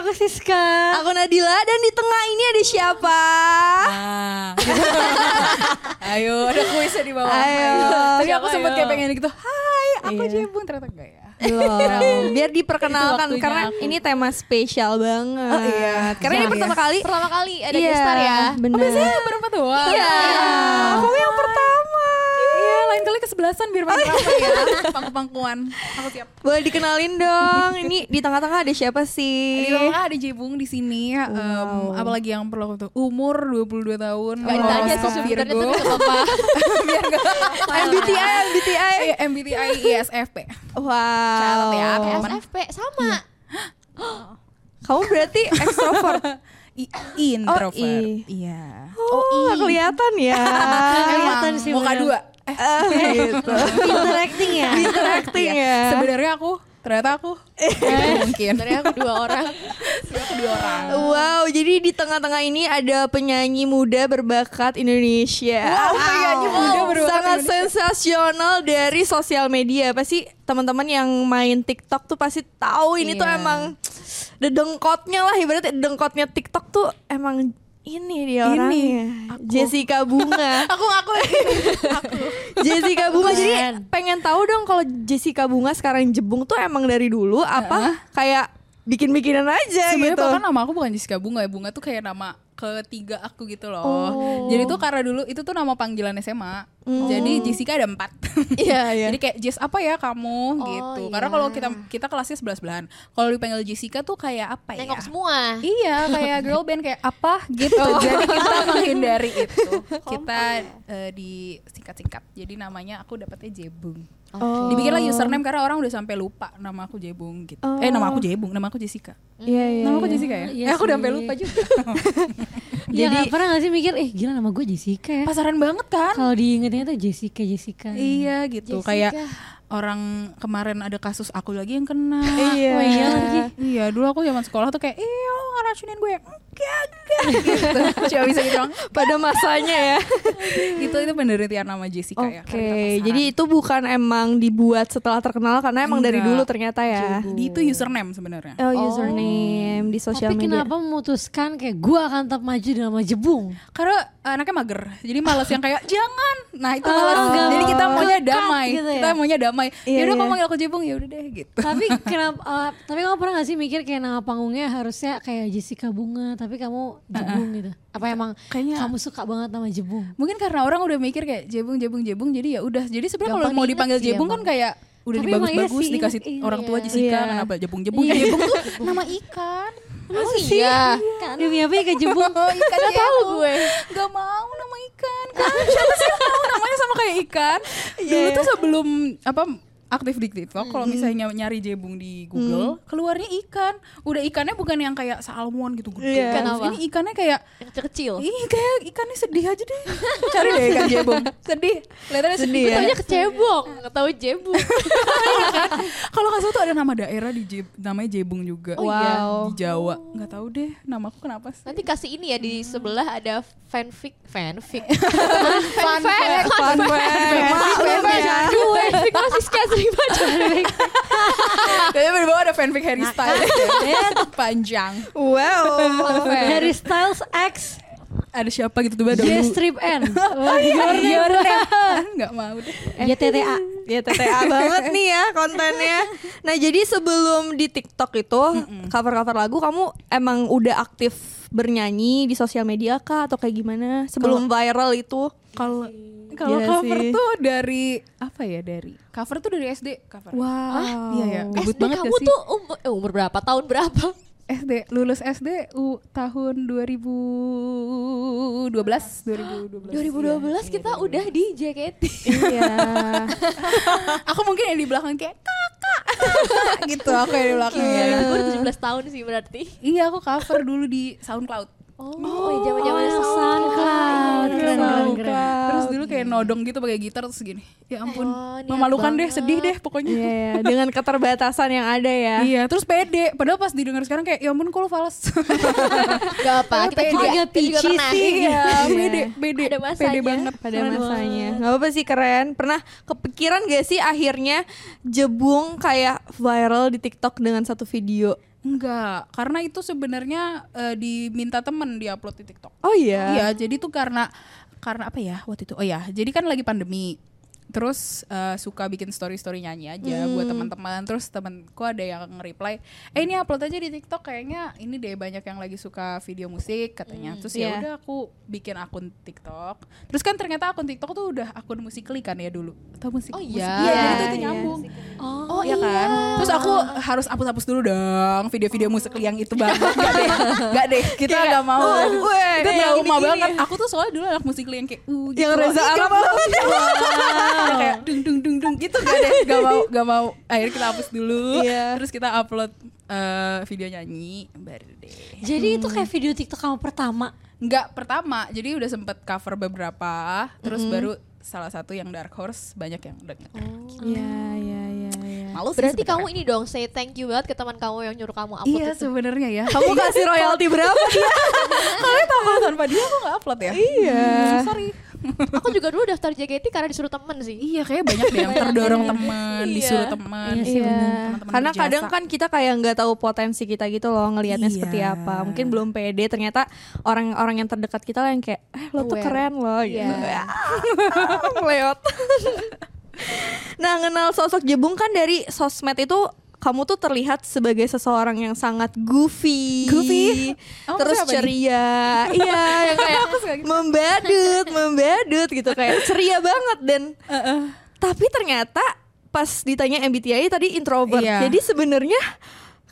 aku Siska. Aku Nadila dan di tengah ini ada siapa? Ah. ayo, ada kuisnya di bawah. Ayo. Nah. Tapi Siapa, aku sempat ayo? kayak pengen gitu. Hai, aku Iya. Jebung ternyata enggak ya. Belum. Biar diperkenalkan Itu waktunya karena aku. ini tema spesial banget. Oh, iya. Karena ini Jangan pertama kali. Pertama kali ada Iya, guest star ya. Bener. Oh, biasanya berempat doang. Iya. Aku yang pertama. Iya, lain kali kesebelasan biar makin ramai ya. Pangku-pangkuan. Aku siap. Boleh dikenalin dong. Ini di tengah-tengah ada siapa sih? Di tengah ada Jebung di sini. Iya. Em, Wow. apalagi yang perlu aku tahu. Umur 22 tahun. Gak Oh, ditanya sih horoskop sebenarnya Virgo. tapi gak apa-apa. biar enggak MBTI, MBTI. Iya, MBTI ISFP. Wow. Catat ya, teman. SFP sama. Kamu berarti eh, extrovert. I- introvert. I. Iya. Oh, nggak kelihatan ya. Emang, sih muka bener. dua. Eh, Eh, gitu. interacting ya Interacting ya. Iya, Sebenarnya aku, ternyata aku. mungkin. Eh, gitu. Sebenarnya aku dua orang. dua orang. Wow, jadi di tengah-tengah ini ada penyanyi muda berbakat Indonesia. Wow, penyanyi muda berbakat Sangat Indonesia. sensasional dari sosial media. Pasti teman-teman yang main TikTok tuh pasti tahu ini Iya. tuh emang dedengkotnya lah ibaratnya dengkotnya TikTok tuh emang ini dia Ini, orangnya. aku. Jessica Bunga. Aku aku Jessica Bunga jadi Keren. pengen tahu dong kalau Jessica Bunga sekarang jebung tuh emang dari dulu apa kayak bikin-bikinan aja sebenarnya gitu. bahkan nama aku bukan Jessica Bunga ya bunga tuh kayak nama ketiga aku gitu loh jadi tuh karena dulu itu tuh nama panggilan SMA jadi Jessica ada empat Iya, iya. jadi kayak Jess apa ya kamu gitu karena kalau kita kita kelasnya sebelas belahan kalau dipanggil Jessica tuh kayak apa Nengok ya semua. Iya kayak girl band kayak apa gitu Oh. Jadi kita menghindari itu Kita eh, di singkat-singkat Jadi namanya aku dapetnya Jebung Oh. Dibikinlah username karena orang udah sampai lupa Nama aku Jebung gitu Eh nama aku Jebung, nama aku Jessica Iya, Oh. iya. Nama aku iya. Jessica ya? Iya eh, aku udah sih. sampai lupa juga jadi Jadi- Iya, nggak pernah nggak sih mikir eh gila nama gue Jessica ya Pasaran banget kan? kalau diingetnya tuh Jessica Jessica Iya gitu Jessica. kayak orang kemarin ada kasus aku lagi yang kena Iya. Oh, iya lagi. Iya dulu aku zaman sekolah tuh kayak Iya lo ngeracunin gue Enggak, enggak gitu Cuma bisa gitu doang. Pada masanya ya. Gitu, Itu, itu penderitian nama Jessica Oke, ya karena pasaran. jadi itu bukan emang dibuat setelah terkenal karena emang dari Enggak. dulu ternyata ya. Jadi itu Hmm. username sebenarnya. Oh, username di sosial tapi media. kenapa memutuskan kayak gue akan tetap maju di nama Jebung Karena anaknya mager, jadi malas yang kayak jangan. Nah itu malas. enggak jadi Oh, mau. kita maunya Kekat damai. gitu ya. Kita maunya damai. Iya, ya udah iya. kamu manggil aku Jebung ya udah deh gitu. tapi kenapa eh, tapi kamu pernah gak sih mikir kayak nama panggungnya harusnya kayak Jessica Bunga tapi kamu Jebung gitu apa emang Kayaknya- kamu suka banget nama Jebung Mungkin karena orang udah mikir kayak Jebung, Jebung, Jebung. Jadi ya udah. Jadi sebenarnya kalau Gampang mau diinget dipanggil sih, Jebung emang. kan kayak udah Tapi emang iya dibagus-bagus sih, dikasih inget- orang tua iya. Jessica Iya. kenapa Jebung, Jebung, Jebung tuh nama ikan. Oh iya. demi apa ya kayak Jebung Oh ikan Gak tahu gue. Gak mau nama ikan kan Siapa sih yang mau namanya sama kayak ikan Dulu tuh sebelum apa aktif di TikTok kalau misalnya nyari jebung di Google keluarnya ikan udah ikannya bukan yang kayak salmon gitu gede Iya. Ikan Terus apa? ini ikannya kayak Yang kecil. ih kayak ikannya sedih aja deh cari deh ikan jebung sedih kelihatannya sedih, Gue ya. taunya kecebong. Iya. Gak tau jebung. kalau nggak salah tuh ada nama daerah di Jeb, namanya jebung juga Oh, iya. di Jawa nggak tahu deh nama aku kenapa sih Nanti kasih ini ya di sebelah ada fanfic. Fanfic. Fun fact. Fun fact. Maklum Iya. ya. Gue Fikra Siska eh. sering baca. Kayaknya di bawah ada fanfic Harry Styles ya. Panjang Wow. Harry Styles X Ada siapa gitu tiba J dulu Strip N Iya, Your name Gak mau deh YTTA Ya TTA banget nih ya kontennya. Nah, jadi sebelum di TikTok itu cover-cover lagu kamu emang udah aktif bernyanyi di sosial media kah atau kayak gimana sebelum viral itu? Kalau kalau Gila cover sih. tuh dari Apa ya dari Cover tuh dari SD cover Wow. Iya ya Gabut SD banget "Eh, kamu gak sih tuh umur, eh, umur berapa? Tahun berapa? SD Lulus SD u, Tahun 2012 2012 2012 kita udah di JKT. Iya. Aku mungkin yang di belakang kayak Kakak kakak," Gitu aku yang di belakang Iya, ya. itu gue udah 17 tahun sih berarti. Iya aku cover dulu di SoundCloud Oh, zaman-zaman Oh, SoundCloud. SoundCloud. Keren, keren, keren. Terus dulu kayak nodong gitu pakai gitar terus gini. Ya ampun, Oh, niat memalukan deh, banget. sedih deh pokoknya. Iya, iya. dengan keterbatasan yang ada ya. Iya, terus pede. Padahal pas didengar sekarang kayak, ya ampun kok lu fals. Gak apa, kita Tapi Oh, juga, agak kita juga pici pernah. sih. iya, pede, pede, Ada pede masanya. banget. pada masanya nggak apa-apa sih keren pernah kepikiran gak sih akhirnya jebung kayak viral di TikTok dengan satu video Enggak, karena itu sebenarnya eh, diminta temen di upload di TikTok. Oh iya. Iya, jadi tuh karena karena apa ya waktu itu? Oh ya, jadi kan lagi pandemi. Terus eh, suka bikin story-story nyanyi aja buat teman-teman. Terus temanku ada yang nge-reply, "Eh ini upload aja di TikTok kayaknya ini deh banyak yang lagi suka video musik," katanya. Terus ya iya. udah aku bikin akun TikTok. Terus kan ternyata akun TikTok tuh udah akun musikly kan ya dulu. Atau musik Oh musik- iya. Iya, jadi tuh itu Iya. nyambung. Oh, Oh iya kan. Terus aku harus hapus-hapus dulu dong video-video musik yang itu banget. Gak deh, gak deh. Kita Kayak, gak mau. "Wah, weh, Itu yang trauma gini-gini banget. ya." Aku tuh soalnya dulu anak musik yang kayak uh gitu. Yang Reza Ih, Arab gak mau. Iya. banget. Yang kayak dung dung dung dung gitu gak deh. Gak mau, gak mau. Akhirnya kita hapus dulu. Iya. Terus kita upload eh, video nyanyi baru deh. Jadi itu kayak video TikTok kamu pertama. Enggak pertama, jadi udah sempet cover beberapa, terus baru salah satu yang Dark Horse banyak yang denger. Iya, iya, iya, iya. Malu sih Berarti sebenarnya. kamu ini dong say thank you banget ke teman kamu yang nyuruh kamu upload Iya itu. sebenarnya ya. Kamu kasih royalti berapa? Kalian tahu kalau tanpa dia aku gak upload ya? Iya. sorry. Aku juga dulu daftar JKT karena disuruh temen sih. Iya kayaknya banyak deh yang terdorong teman, Iya. disuruh teman. Iya sih, bener. Teman-teman Karena berjasa. kadang kan kita kayak nggak tahu potensi kita gitu loh ngelihatnya Iya. seperti apa. Mungkin belum pede. Ternyata orang-orang yang terdekat kita lah yang kayak, eh lo tuh Aware. keren loh. Gitu. Iya. Leot. nah, kenal sosok Jebung kan dari sosmed itu kamu tuh terlihat sebagai seseorang yang sangat goofy, Oh, Goofy? Emang terus siapa nih? ceria, iya yang kayak Aku suka gitu. membadut, membadut gitu kayak ceria banget dan tapi ternyata pas ditanya MBTI tadi introvert. Iya. Jadi sebenarnya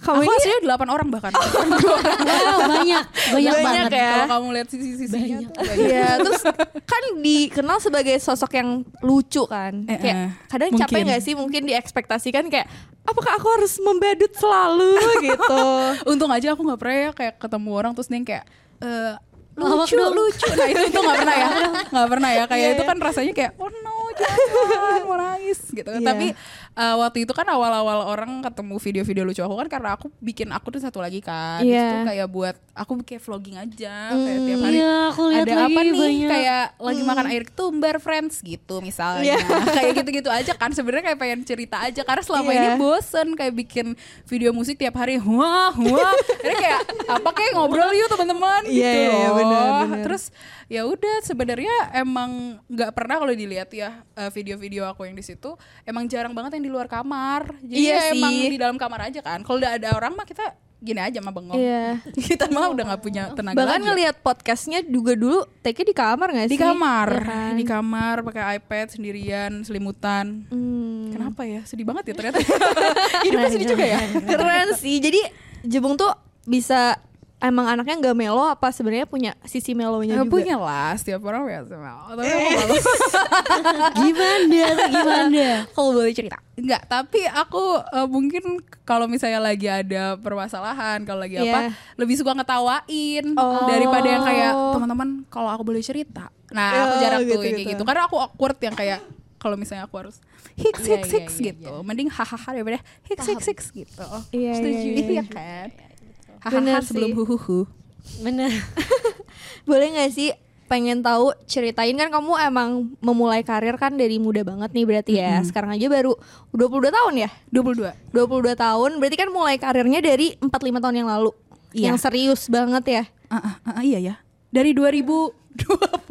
kamu Aku ini aslinya 8 orang bahkan. Wow, banyak, banyak, Banyak banget. ya. Kalau kamu lihat sisi-sisinya tuh banyak. Iya, terus kan dikenal sebagai sosok yang lucu kan. Eh, kayak eh, kadang capek mungkin. nggak sih mungkin diekspektasikan kayak apakah aku harus membadut selalu gitu. Untung aja aku gak pernah ya kayak ketemu orang terus nih yang kayak eh, Lawak lucu dong. lucu nah itu itu nggak pernah ya nggak pernah ya kayak Iya, itu iya. kan rasanya kayak oh no jangan mau nangis gitu Iya. tapi eh, waktu itu kan awal-awal orang ketemu video-video lucu aku kan karena aku bikin aku tuh satu lagi kan Iya. itu kayak buat aku kayak vlogging aja kayak tiap hari Iya, aku lihat ada lagi apa nih banyak. kayak lagi makan Hmm. air ketumbar friends gitu Iya. misalnya kayak gitu-gitu aja kan sebenarnya kayak pengen cerita aja karena Iya. selama ini bosen kayak bikin video musik tiap hari wah wah jadi kayak apa kayak ngobrol yuk teman-teman gitu Iya, iya, iya, loh. benar, benar. terus ya udah sebenarnya emang nggak pernah kalau dilihat ya eh, video-video aku yang di situ emang jarang banget yang di luar kamar jadi Iya ya emang sih. di dalam kamar aja kan kalau udah ada orang mah kita gini aja mah bengong Iya. kita mah udah nggak punya tenaga Bahkan lagi ngelihat podcastnya juga dulu take ya. di kamar nggak sih? di kamar Iya kan? di kamar pakai iPad sendirian selimutan Hmm. kenapa ya sedih banget ya ternyata hidupnya sedih juga ya Nah, Keren sih. Jadi Jebung tuh bisa emang anaknya nggak melo apa sebenarnya punya sisi melonya Iya Ya, juga. Eh. punya lah setiap orang punya smell tapi aku malu Gimana, gimana? Kalau boleh cerita. Enggak, tapi aku eh, mungkin kalau misalnya lagi ada permasalahan, kalau lagi Iya. apa, lebih suka ngetawain Oh. daripada yang kayak teman-teman kalau aku boleh cerita. Nah, aku Oh, jarang tuh yang gitu-gitu. kayak gitu. Karena aku awkward yang kayak kalau misalnya aku harus hiks Iya, hiks iya, hiks iya, gitu. Mending hahaha daripada hiks hiks hiks gitu. Iya, Setuju iya, iya. Iya kan? Hahaha Bener sebelum sih. huhuhu. Bener. Boleh nggak sih pengen tahu ceritain kan kamu emang memulai karir kan dari muda banget nih berarti ya. Sekarang aja baru 22 tahun ya. 22. 22 tahun berarti kan mulai karirnya dari 45 tahun yang lalu. Iya. Yang serius banget ya. Ah, ah, ah, ah, iya ya. Dari 2020.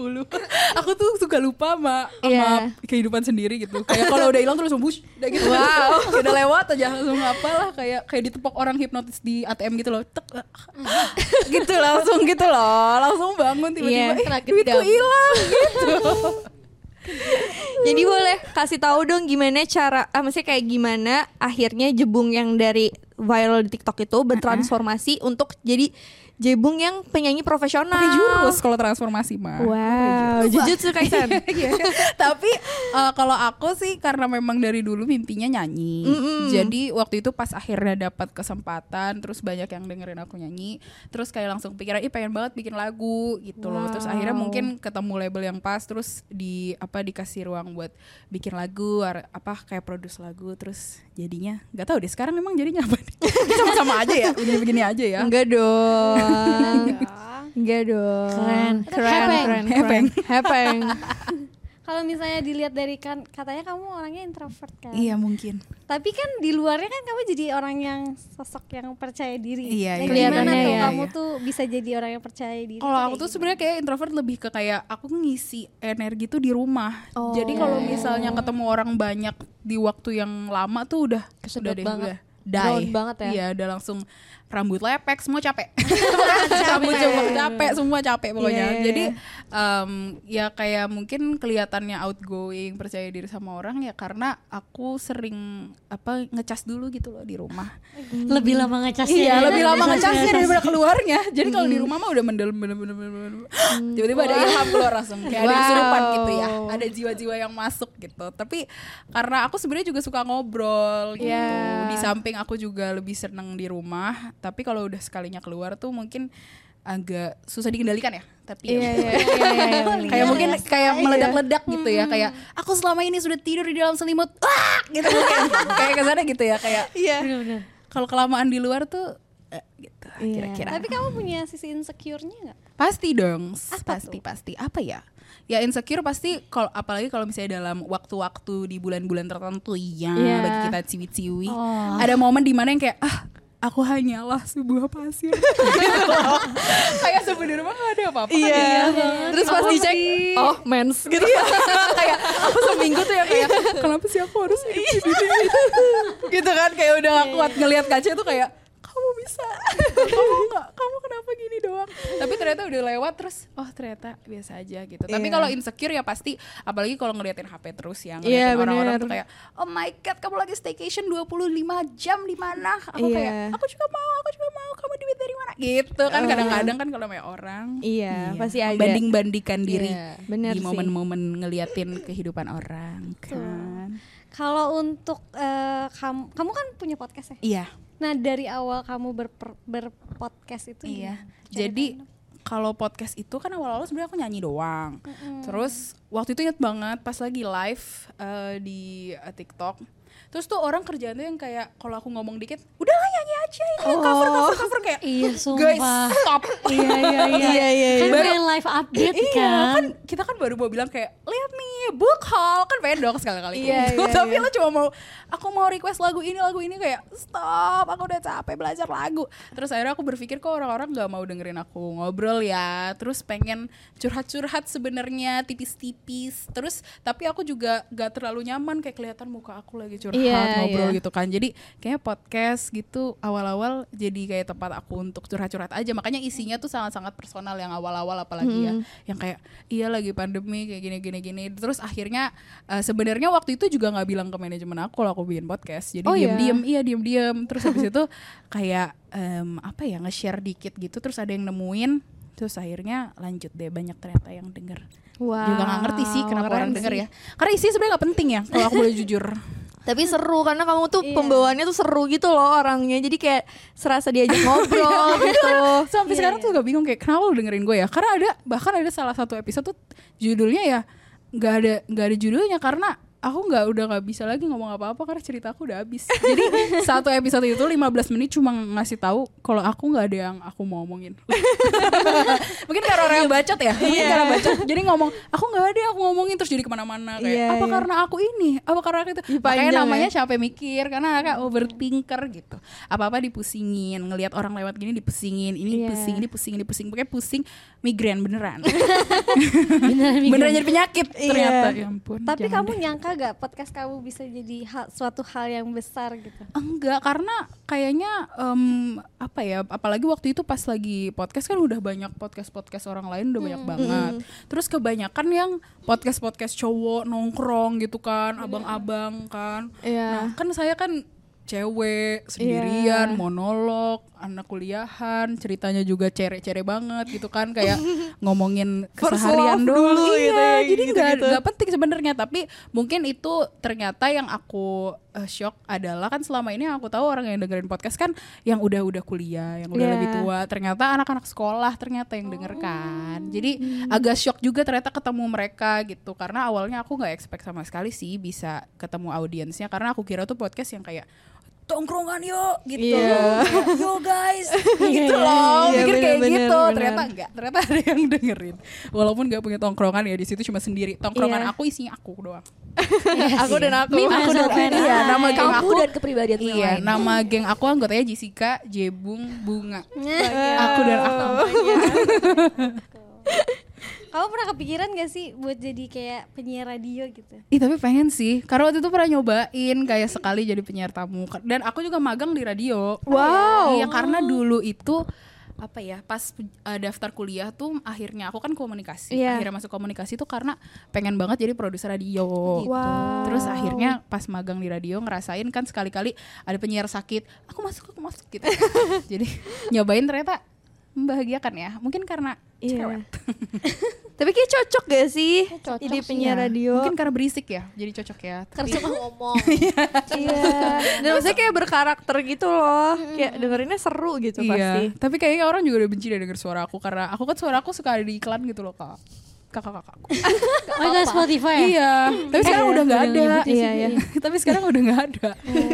aku tuh suka lupa sama, sama Iya. kehidupan sendiri gitu. Kayak kalau udah hilang terus bush udah gitu. Wow, udah lewat aja langsung apalah kayak kayak ditepok orang hipnotis di ATM gitu loh. Tek. ah, ah, gitu langsung gitu loh. Langsung bangun tiba-tiba Iya, eh, kena duitku gendam. hilang gitu. Jadi boleh kasih tahu dong gimana cara ah maksudnya kayak gimana akhirnya jebung yang dari viral di TikTok itu bertransformasi untuk jadi jebung yang penyanyi profesional. Pakai jurus kalau transformasi mah. Wow, Jujutsu Kaisen. Iya. Tapi eh, kalau aku sih karena memang dari dulu mimpinya nyanyi. Jadi waktu itu pas akhirnya dapat kesempatan, terus banyak yang dengerin aku nyanyi, terus kayak langsung pikiran, ih pengen banget bikin lagu gitu loh. Terus akhirnya mungkin ketemu label yang pas, terus di apa dikasih ruang buat bikin lagu, ar- apa kayak produce lagu, terus jadinya nggak tahu deh sekarang emang jadinya apa? nih? Sama-sama aja ya, begini-begini aja ya. Enggak dong. Enggak dong. Keren. Keren, Hepeng. keren, keren. Hepeng. kalau misalnya dilihat dari kan katanya kamu orangnya introvert kan. Iya mungkin. Tapi kan di luarnya kan kamu jadi orang yang sosok yang percaya diri. Iya, iya. Nah, gimana Kelihatannya tuh ya, kamu iya. tuh bisa jadi orang yang percaya diri? Kalau aku kayak gitu. tuh gimana? sebenarnya kayak introvert lebih ke kayak aku ngisi energi tuh di rumah. Jadi kalau misalnya ketemu orang banyak di waktu yang lama tuh udah Kesedot udah deh banget. udah die. Down banget ya. Iya, udah langsung rambut lepek, semua capek. rambut jempol capek, semua capek pokoknya. Iya, iya, Jadi em, ya kayak mungkin kelihatannya outgoing, percaya diri sama orang ya karena aku sering apa ngecas dulu gitu loh di rumah. Lebih lama ngecasnya. Iya, ya. iya. lebih lama Ngecas, ngecasnya ngecas. daripada keluarnya. Jadi kalau Hmm. di rumah mah udah mendalam bener bener bener bener. Tiba-tiba ada ilham keluar langsung kayak ada kesurupan gitu ya. Ada jiwa-jiwa yang masuk gitu. Tapi karena aku sebenarnya juga suka ngobrol gitu. Iya. Di samping aku juga lebih seneng di rumah, tapi kalau udah sekalinya keluar tuh mungkin agak susah dikendalikan ya. Tapi ya iya, iya, iya, iya. Hmm. kayak mungkin kayak meledak-ledak gitu ya kayak aku selama ini sudah tidur di dalam selimut Wah! gitu kayak kayak kesana gitu ya kayak Bener-bener. kalau kelamaan di luar tuh eh, gitu kira-kira Tapi kamu punya sisi insecure-nya nggak? pasti dong pasti pasti apa ya ya insecure pasti kalau apalagi kalau misalnya dalam waktu-waktu di bulan-bulan tertentu ya Iya. bagi kita ciwi-ciwi ada momen dimana yang kayak ah aku hanyalah sebuah pasir Gitu loh. kayak sebenarnya mah nggak ada apa-apa kan ya. Terus pas dicek, Iya. Iya. oh mens gitu. kayak aku seminggu tuh ya kayak kenapa sih aku harus hidup di dunia itu gitu kan kayak udah gak kuat ngelihat kaca tuh kayak kamu bisa kamu nggak kamu kenapa gini doang tapi ternyata udah lewat terus oh ternyata biasa aja gitu tapi kalau insecure ya pasti apalagi kalau ngeliatin HP terus ya ngeliatin Iya, orang-orang bener. tuh kayak oh my god kamu lagi staycation 25 jam di mana aku kayak Iya. aku juga mau aku juga mau kamu duit dari mana gitu kan kadang-kadang kan kalau sama orang Iya, pasti ada. Banding-bandingkan diri Iya, bener di sih. momen-momen ngeliatin kehidupan orang kan. Kalau untuk eh, kamu, kamu kan punya podcast ya? Iya. Nah dari awal kamu berper- berpodcast itu Iya. gimana? Jadi kalau podcast itu kan awal-awal sebenarnya aku nyanyi doang. Terus waktu itu inget banget pas lagi live eh, di eh, TikTok. Terus tuh orang kerjaannya yang kayak kalau aku ngomong dikit, udah lah nyanyi aja ini cover cover cover kayak Iya, guys sumpah. stop. Iya, iya, iya. Iya, iya, Kan iya. kayak live update Iya kan. kan kita kan baru mau bilang kayak lihat nih book haul kan pengen dong sekali kali Iya, iya, tapi lo cuma mau aku mau request lagu ini lagu ini kayak stop aku udah capek belajar lagu terus akhirnya aku berpikir kok orang-orang nggak mau dengerin aku ngobrol ya terus pengen curhat-curhat sebenarnya tipis-tipis terus tapi aku juga gak terlalu nyaman kayak kelihatan muka aku lagi curhat Iya, ngobrol iya. gitu kan jadi kayak podcast gitu awal-awal jadi kayak tempat aku untuk curhat-curhat aja makanya isinya tuh sangat-sangat personal yang awal-awal apalagi ya yang kayak iya lagi pandemi kayak gini gini gini terus akhirnya eh, sebenarnya waktu itu juga nggak bilang ke manajemen aku kalau aku bikin podcast jadi Oh, iya? diem-diem iya diem-diem terus habis itu kayak em, apa ya nge-share dikit gitu terus ada yang nemuin terus akhirnya lanjut deh banyak ternyata yang denger juga nggak ngerti sih kenapa keren orang denger sih. ya karena isi sebenarnya nggak penting ya kalau aku boleh jujur Tapi seru karena kamu tuh Iya. pembawaannya tuh seru gitu loh orangnya. Jadi kayak serasa diajak ngobrol Iya. gitu. sampai sekarang tuh gak bingung kayak kenapa lu dengerin gue ya karena ada bahkan ada salah satu episode tuh judulnya ya nggak ada nggak ada judulnya karena aku nggak udah nggak bisa lagi ngomong apa-apa karena cerita aku udah habis jadi satu episode itu 15 menit cuma ngasih tahu kalau aku nggak ada yang aku mau omongin mungkin karena orang Iya. yang bacot ya mungkin karena bacot jadi ngomong aku nggak ada yang aku ngomongin terus jadi kemana-mana kayak Iya, apa iya. karena aku ini apa karena aku itu makanya panjang ya. namanya capek mikir karena agak overthinker gitu apa apa dipusingin ngelihat orang lewat gini dipusingin Iya. ini pusing ini pusing ini pusing pakai pusing migrain beneran beneran jadi penyakit Iya. ternyata ya ampun Tapi jangan kamu deh. nyangka gak podcast kamu bisa jadi hal, suatu hal yang besar gitu? enggak karena kayaknya em, apa ya apalagi waktu itu pas lagi podcast kan udah banyak podcast podcast orang lain udah Hmm, banyak banget terus kebanyakan yang podcast podcast cowok nongkrong gitu kan Iya. abang-abang kan nah Iya. kan saya kan cewek Iya. sendirian monolog anak kuliahan ceritanya juga cere-cere banget gitu kan kayak ngomongin First love keseharian dulu, dulu iya gitu ya, jadi nggak gitu-gitu. nggak penting sebenarnya tapi mungkin itu ternyata yang aku eh, shock adalah kan selama ini yang aku tahu orang yang dengerin podcast kan yang udah-udah kuliah yang udah Iya. lebih tua ternyata anak-anak sekolah ternyata yang denger kan jadi agak shock juga ternyata ketemu mereka gitu karena awalnya aku nggak expect sama sekali sih bisa ketemu audiensnya karena aku kira tuh podcast yang kayak tongkrongan yuk gitu Iya. yo guys gitu loh Iya, mikir kayak bener-bener, gitu bener. ternyata enggak ternyata ada yang dengerin walaupun gak punya tongkrongan ya di situ cuma sendiri Iya. tongkrongan aku isinya aku doang aku dan aku. Me, Aku myself, dan- and iya, I. nama geng Kamu aku dan kepribadian yang iya lain. nama geng aku anggotanya Jessica Jebung Bunga Nah, Iya. iya. aku dan aku Kamu pernah kepikiran gak sih buat jadi kayak penyiar radio gitu? Ih tapi pengen sih, karena waktu itu pernah nyobain kayak sekali jadi penyiar tamu Dan aku juga magang di radio Wow Iya karena dulu itu apa ya pas uh, daftar kuliah tuh akhirnya aku kan komunikasi Iya. akhirnya masuk komunikasi tuh karena pengen banget jadi produser radio Gitu. Gitu. Wow. terus akhirnya pas magang di radio ngerasain kan sekali-kali ada penyiar sakit aku masuk aku masuk gitu jadi nyobain ternyata membahagiakan ya mungkin karena Iya. cewek Tapi kayak cocok gak sih Cocok jadi sih penyiar Iya. radio? mungkin karena berisik ya jadi cocok ya Karena Tapi- suka ngomong. Iya. Dan maksudnya kayak berkarakter gitu loh. Kayak dengerinnya seru gitu pasti. Iya, tapi kayaknya orang juga udah benci deh denger suara aku karena aku kan suara aku suka ada di iklan gitu loh kak kakak-kakakku. Oh itu Spotify ya? iya, tapi sekarang udah nggak ada. Jangan nyebutin Eh. Iya, sih. iya. Oh. tapi sekarang udah nggak ada.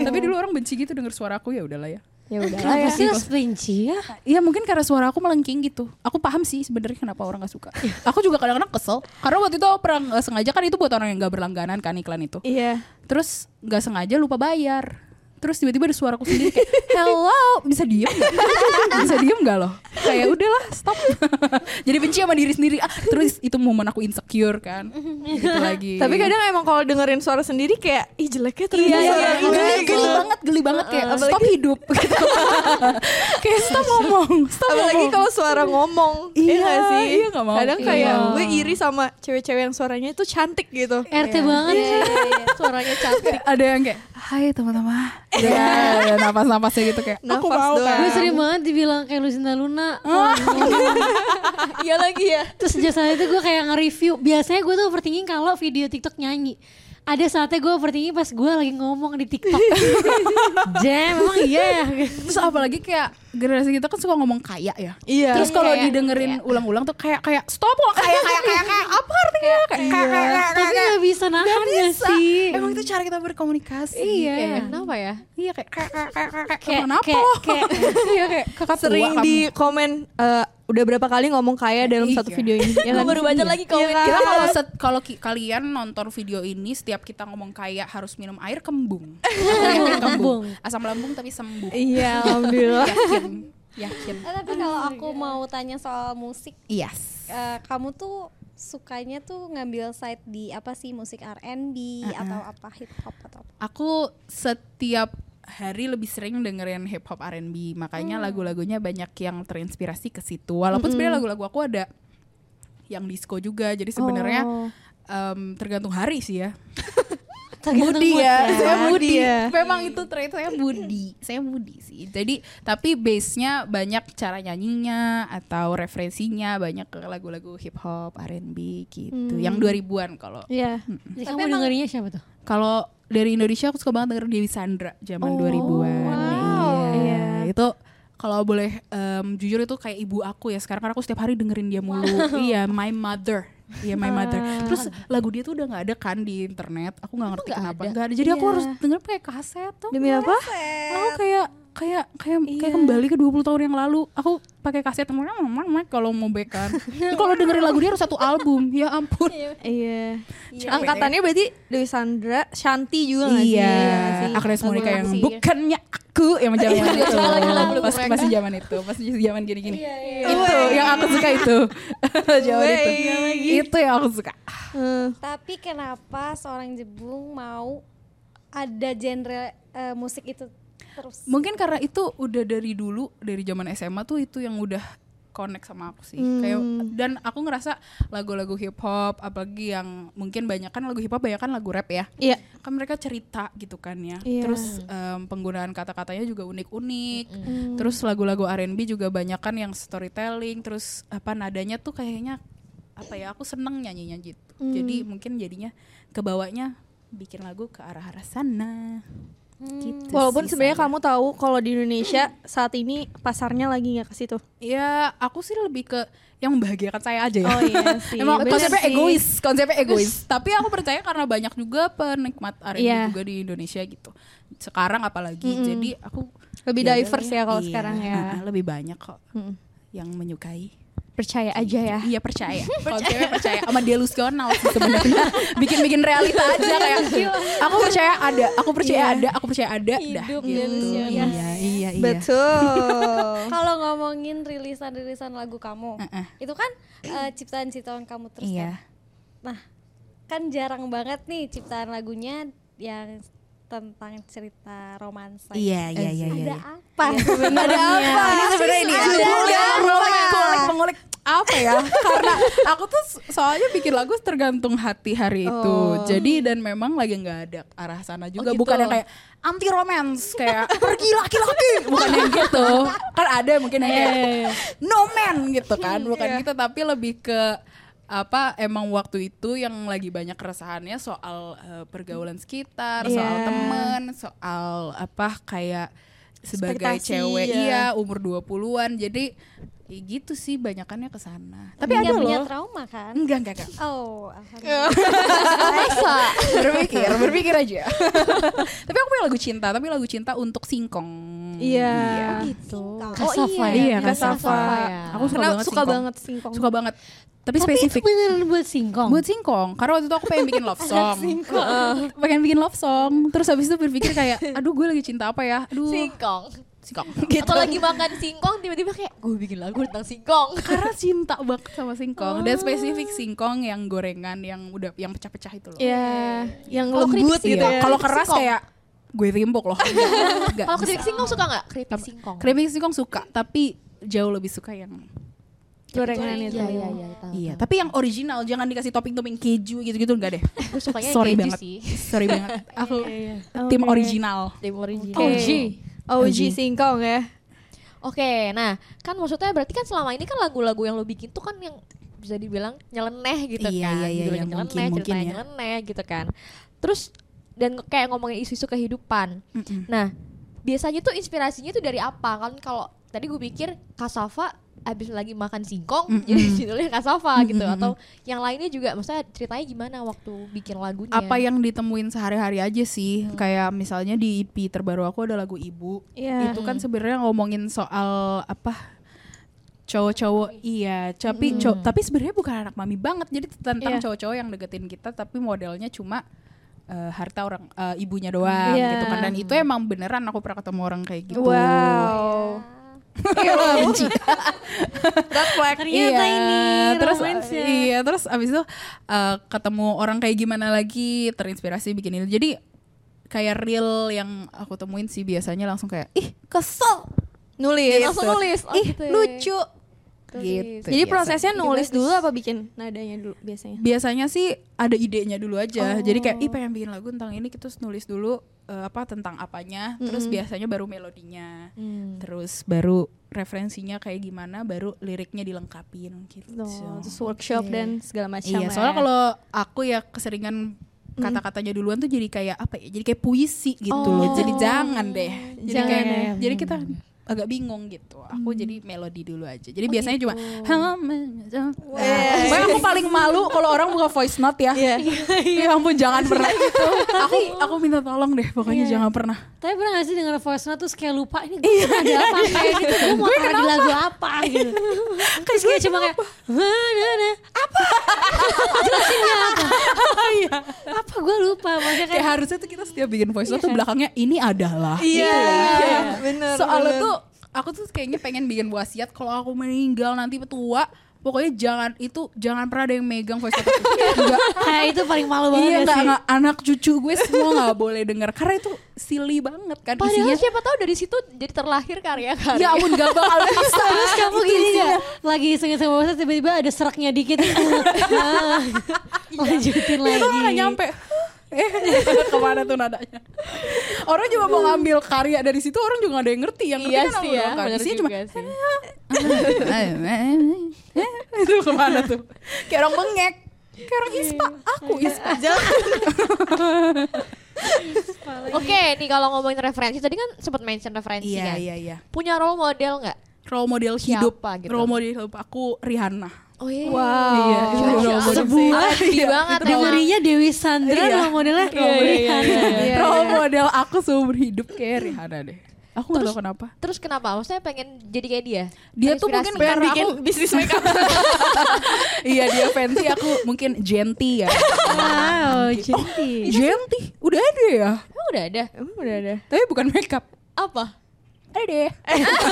tapi dulu orang benci gitu denger suara aku ya udahlah ya. Ya udah. Kenapa sih harus benci ya? Iya mungkin karena suara aku melengking gitu. Aku paham sih sebenarnya kenapa orang nggak suka. Iya. aku juga kadang-kadang kesel karena waktu itu aku pernah nggak sengaja kan itu buat orang yang nggak berlangganan kan iklan itu. Iya. Terus nggak sengaja lupa bayar. Terus tiba-tiba ada suaraku sendiri kayak hello bisa diem nggak? bisa diem nggak loh kayak udahlah stop jadi benci sama diri sendiri ah terus itu momen aku insecure kan gitu lagi Tapi kadang emang kalau dengerin suara sendiri kayak ih jeleknya ternyata suara Iya, gue. geli, geli banget, geli banget kayak Ah, stop hidup gitu. kayak stop ngomong, stop Apalagi ngomong. kalau suara ngomong, Iya, nggak sih? iya nggak mau. Kadang kayak Iya. gue iri sama cewek-cewek yang suaranya itu cantik gitu. RT banget Iya, iya, iya. Suaranya cantik. ada yang kayak hai teman-teman. Ya, ya, napas-napasnya gitu kayak Nafas aku mau doang. Gue kan. sering banget dibilang kayak Lucinda Luna Iya lagi ya. Terus sejak saat itu gue kayak nge-review Biasanya gue tuh overthinking kalau video TikTok nyanyi ada saatnya gue overthinking pas gue lagi ngomong di TikTok. Jam, emang iya ya. Terus apalagi kayak generasi kita kan suka ngomong kaya ya. Iya. Terus kalau Kayak- didengerin ulang-ulang tuh kayak kayak stop kok kayak kayak kayak kayak apa artinya kayak kayak kayak kayak, Tapi kayak. gak bisa nahan gak sih? Emang itu cara kita berkomunikasi. Iya. Kenapa ya? Iya kayak kayak kayak kayak kayak kayak Kayak- kenapa kayak- lo? kayak- Iya kayak kakak tua Sering kamu. di komen eh, udah berapa kali ngomong kaya dalam Iya. satu video ini. ya Gue kan? baru baca lagi komen. Iya. Kita kalau set- kalau ki- kalian nonton video ini setiap kita ngomong kaya harus minum air kembung. Air Kembung. Asam lambung tapi sembuh. Iya, alhamdulillah. Yakin. Yakin. Eh, tapi kalau aku mau tanya soal musik, Yes. eh, kamu tuh sukanya tuh ngambil side di apa sih musik R&B atau apa hip hop atau apa? Aku setiap hari lebih sering dengerin hip hop R&B, Hmm. makanya lagu-lagunya banyak yang terinspirasi ke situ. Walaupun sebenarnya lagu-lagu aku ada yang disco juga. Jadi sebenarnya Oh. em, tergantung hari sih ya. Tergantung Budi mood ya, ya. saya Budi Budi. ya. Memang itu trait saya Budi, saya Budi sih. Jadi tapi base-nya banyak cara nyanyinya atau referensinya banyak ke lagu-lagu hip hop, R&B gitu. Hmm. Yang 2000-an kalau Iya. Jadi kamu dengerinnya siapa tuh? kalau dari Indonesia aku suka banget denger Dewi Sandra zaman 2000-an. Iya. Itu kalau boleh em, jujur itu kayak ibu aku ya sekarang karena aku setiap hari dengerin dia mulu. Iya, my mother. Iya, my mother. Terus lagu dia tuh udah nggak ada kan di internet. Aku nggak ngerti kenapa nggak ada. Jadi aku harus denger kayak kaset Oh, tuh. Demi apa? Aku kayak kayak kayak kayak kembali ke 20 tahun yang lalu. Aku pakai kaset temennya kalau mau bekan. kalau dengerin lagu dia harus satu album. Ya ampun. Iya. Angkatannya berarti Dewi Sandra, Shanti juga nggak sih? Iya, nggak sih? Agnes Monica yang sih. bukannya aku yang zaman itu. lagu-lagu Pas mereka. masih zaman itu, masih zaman gini-gini. Itu yang aku suka itu. zaman itu. Itu yang aku suka. Eh, Tapi kenapa seorang Jebung mau ada genre eh, musik itu terus? Mungkin karena itu udah dari dulu dari zaman SMA tuh itu yang udah connect sama aku sih. Kayak dan aku ngerasa lagu-lagu hip hop apalagi yang mungkin banyak kan lagu hip hop banyak kan lagu rap ya. Iya. kan mereka cerita gitu kan ya Iya. terus em, penggunaan kata-katanya juga unik-unik terus lagu-lagu R&B juga banyak kan yang storytelling terus apa nadanya tuh kayaknya apa ya aku seneng nyanyinya gitu jadi mungkin jadinya kebawanya bikin lagu ke arah arah sana Gitu Walaupun sih sebenarnya saya. kamu tahu kalau di Indonesia saat ini pasarnya lagi nggak ke situ. Ya aku sih lebih ke yang membahagiakan saya aja ya. Oh, iya sih. Emang Bener konsepnya sih. egois, konsepnya egois. Tapi aku percaya karena banyak juga penikmat R&B Iya. juga di Indonesia gitu. Sekarang apalagi, jadi aku Lebih ya udahlah diverse ya kalau sekarang ya. nah, Lebih banyak kok yang menyukai. Percaya aja ya. Iya percaya. Konsepnya percaya sama delusional sih sebenarnya. Bikin-bikin realita aja Iya, kayak aku percaya ada, aku percaya ada, aku percaya ada dah. Hidup gitu. delusional. Iya, iya, iya. Betul. Kalau ngomongin rilisan-rilisan lagu kamu, Heeh. itu kan eh, ciptaan-ciptaan kamu terus Iya. kan? Nah, kan jarang banget nih ciptaan lagunya yang tentang cerita romansa. Iya, iya, iya, iya. Ada iya. apa? ada apa? Ini sebenarnya ini judulnya ngulik ngulik mengulik apa ya? Karena aku tuh so- soalnya bikin lagu tergantung hati hari itu. Jadi dan memang lagi nggak ada arah sana juga. gitu. Bukan yang kayak anti romance kayak pergi laki-laki bukan yang gitu kan ada mungkin yang kayak no man gitu kan bukan gitu tapi lebih ke apa emang waktu itu yang lagi banyak keresahannya soal eh, pergaulan sekitar soal Iya. temen soal apa kayak sebagai Ekspektasi, cewek ya. iya umur 20-an jadi ya gitu sih banyakannya ke sana tapi Nggak ada punya loh trauma kan? enggak enggak enggak Oh, alhamdulillah. Iya. berpikir berpikir aja tapi aku punya lagu cinta tapi lagu cinta untuk singkong Iya. gitu. Kasava oh ya? Iya, iya, Kasava. Kasava. ya. aku suka Karena banget suka singkong. banget singkong. suka banget tapi, Tapi itu spesifik beneran buat singkong. buat singkong karena waktu itu aku pengen bikin love song pengen bikin love song terus habis itu berpikir kayak aduh gue lagi cinta apa ya aduh singkong singkong atau lagi makan singkong tiba-tiba kayak gue bikin lagu tentang singkong karena cinta banget sama singkong dan spesifik singkong yang gorengan yang udah yang pecah-pecah itu loh Iya, yang Kalau lembut kritis gitu Iya, ya. kalau keras Singkong. kayak gue timpuk loh Enggak kalau bisa. keripik singkong suka nggak keripik singkong keripik singkong suka tapi jauh lebih suka yang gorengan itu. iya iya tahu, iya tahu. tapi yang original jangan dikasih topping-topping keju gitu-gitu enggak deh gue sukanya sorry keju banget. sih Iya, sorry banget aku tim Oke. original tim original Oke. OG. OG OG. singkong ya. Oke, nah kan maksudnya berarti kan selama ini kan lagu-lagu yang lo bikin tuh kan yang bisa dibilang nyeleneh gitu Iya, kan, iya, iya, Judulnya iya, nyeleneh, mungkin, mungkin ceritanya ya. nyeleneh gitu kan. Terus dan nge- kayak ngomongin isu-isu kehidupan. Nah biasanya tuh inspirasinya tuh dari apa kan? Kalau tadi gue pikir Kasava abis lagi makan singkong, Mm-mm. jadi judulnya Kasava gitu. Mm-mm. Atau yang lainnya juga, maksudnya ceritanya gimana waktu bikin lagunya? apa yang ditemuin sehari-hari aja sih Hmm. kayak misalnya di EP terbaru aku ada lagu ibu Iya. itu kan sebenarnya ngomongin soal apa cowok-cowok iya tapi cow- tapi sebenarnya bukan anak mami banget jadi tentang Hmm. Iya. cowok-cowok yang deketin kita tapi modelnya cuma eh, harta orang eh, ibunya doang Iya. gitu kan dan itu emang beneran aku pernah ketemu orang kayak gitu Wow. Red flag. Ternyata ini Iya, terus romance ya. iya terus abis itu uh, ketemu orang kayak gimana lagi terinspirasi bikin ini jadi kayak real yang aku temuin sih biasanya langsung kayak ih kesel Iya, Nulis. langsung nulis? Oh, ih gitu ya. lucu Tulis. gitu Jadi biasa. prosesnya nulis dulu apa bikin nadanya dulu biasanya? biasanya sih ada idenya dulu aja jadi kayak ih pengen bikin lagu tentang ini gitu, terus nulis dulu uh, apa tentang apanya terus biasanya baru melodinya Mm. terus baru referensinya kayak gimana baru liriknya dilengkapin gitu Oh, terus workshop dan segala macam. ya. Iya, soalnya kalau aku ya keseringan Hmm. kata-katanya duluan tuh jadi kayak apa ya? Jadi kayak puisi gitu loh. Jadi jangan deh. Jadi Oh. Jangan Hmm. kayak ya. jadi kita agak bingung gitu. Aku jadi melodi dulu aja. Oh, Jadi biasanya cuma gitu. Nah, pokoknya aku paling malu kalau orang buka voice note ya. Iya. ya ampun jangan pernah gitu. aku aku minta tolong deh pokoknya Iya. jangan pernah. Tapi pernah gak sih denger voice note terus kayak lupa ini Iya. gue ada apa kayak gitu gue mau taruh di lagu apa gitu. Iya. Terus kayak cuma kayak "Wah, nah, nah." apa? Jelasin gak apa? Iya. Apa gue lupa maksudnya Kayak kayak harusnya tuh kita setiap bikin voice note tuh belakangnya ini adalah. Iya. Bener. Soalnya tuh aku tuh kayaknya pengen bikin wasiat kalau aku meninggal nanti tua pokoknya jangan itu jangan pernah ada yang megang voice note aku. Enggak. Kayak itu paling malu banget iya gak enggak, sih? enggak. anak cucu gue semua nggak boleh dengar karena itu silly banget kan Padahal isinya. siapa tahu dari situ jadi terlahir karya-karya. Ya ampun gak bakal bisa. Terus kamu gini gak? Lagi iseng-iseng voice note, tiba-tiba ada seraknya dikit Ah. Iya, Lanjutin Itu lagi Iya. nggak nyampe. Eh, kemana tuh nadanya? Orang juga mau ngambil karya dari situ orang juga gak ada yang ngerti yang ngerti Iya kan sih orang ya, doang kan. bener Isinya juga sih. itu kemana tuh? Kayak orang bengek. Kayak orang ispa. Aku ispa. Oke, nih kalau ngomongin referensi tadi kan sempat mention referensi Iya, kan. iya, iya. Punya role model nggak? Role model Siapa hidup, gitu? role model hidup aku Rihanna. Oh iya. Wow. Iya, itu Masya role Allah. model Sebulan. sih. Sedih Iya, banget itu emang. Kategorinya Dewi Sandra Iya. role modelnya Iya, iya, iya, iya. Role model aku seumur hidup kayak Rihanna deh. Aku nggak tahu kenapa. Terus kenapa? Maksudnya pengen jadi kayak dia? Dia tuh mungkin Terinspirasi. Kan karena bikin aku bisnis makeup iya dia fancy aku mungkin genti ya. Gitu. Wow, Iya. cantik. genti. Udah ada ya. Emang Oh, udah ada. udah ada Tapi bukan makeup. Apa? Ada deh.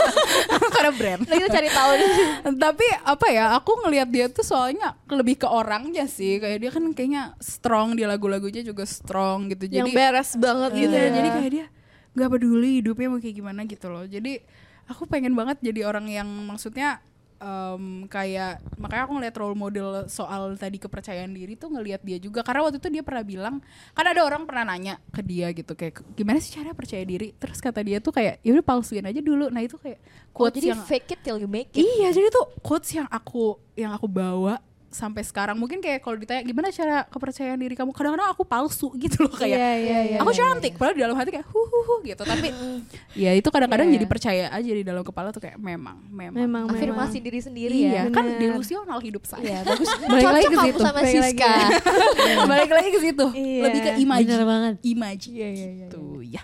Karena brand. Nah, kita cari tahu nih. Tapi apa ya, aku ngelihat dia tuh soalnya lebih ke orangnya sih. Kayak dia kan kayaknya strong, dia lagu-lagunya juga strong gitu. yang Jadi beres banget Iya. gitu gitu ya. ya Jadi kayak dia nggak peduli hidupnya mau kayak gimana gitu loh. Jadi aku pengen banget jadi orang yang maksudnya em, kayak makanya aku ngeliat role model soal tadi kepercayaan diri tuh ngeliat dia juga karena waktu itu dia pernah bilang kan ada orang pernah nanya ke dia gitu kayak gimana sih cara percaya diri terus kata dia tuh kayak ya udah palsuin aja dulu nah itu kayak Oh, quotes jadi yang fake gitu ya? it till you make it. Iya, jadi tuh quotes yang aku yang aku bawa sampai sekarang mungkin kayak kalau ditanya gimana cara kepercayaan diri kamu kadang-kadang aku palsu gitu loh kayak Iya, iya, iya, aku cantik padahal di dalam hati kayak hu hu hu gitu tapi ya itu kadang-kadang jadi percaya aja di dalam kepala tuh kayak memang memang, memang memang Afirmasi diri sendiri ya. iya kan bener. delusional hidup saya Iya, bagus. Balik lagi Cocok ke kamu situ, sama balik lagi. Siska. balik lagi ke situ Iya. lebih ke imaji Bener banget. imaji gitu ya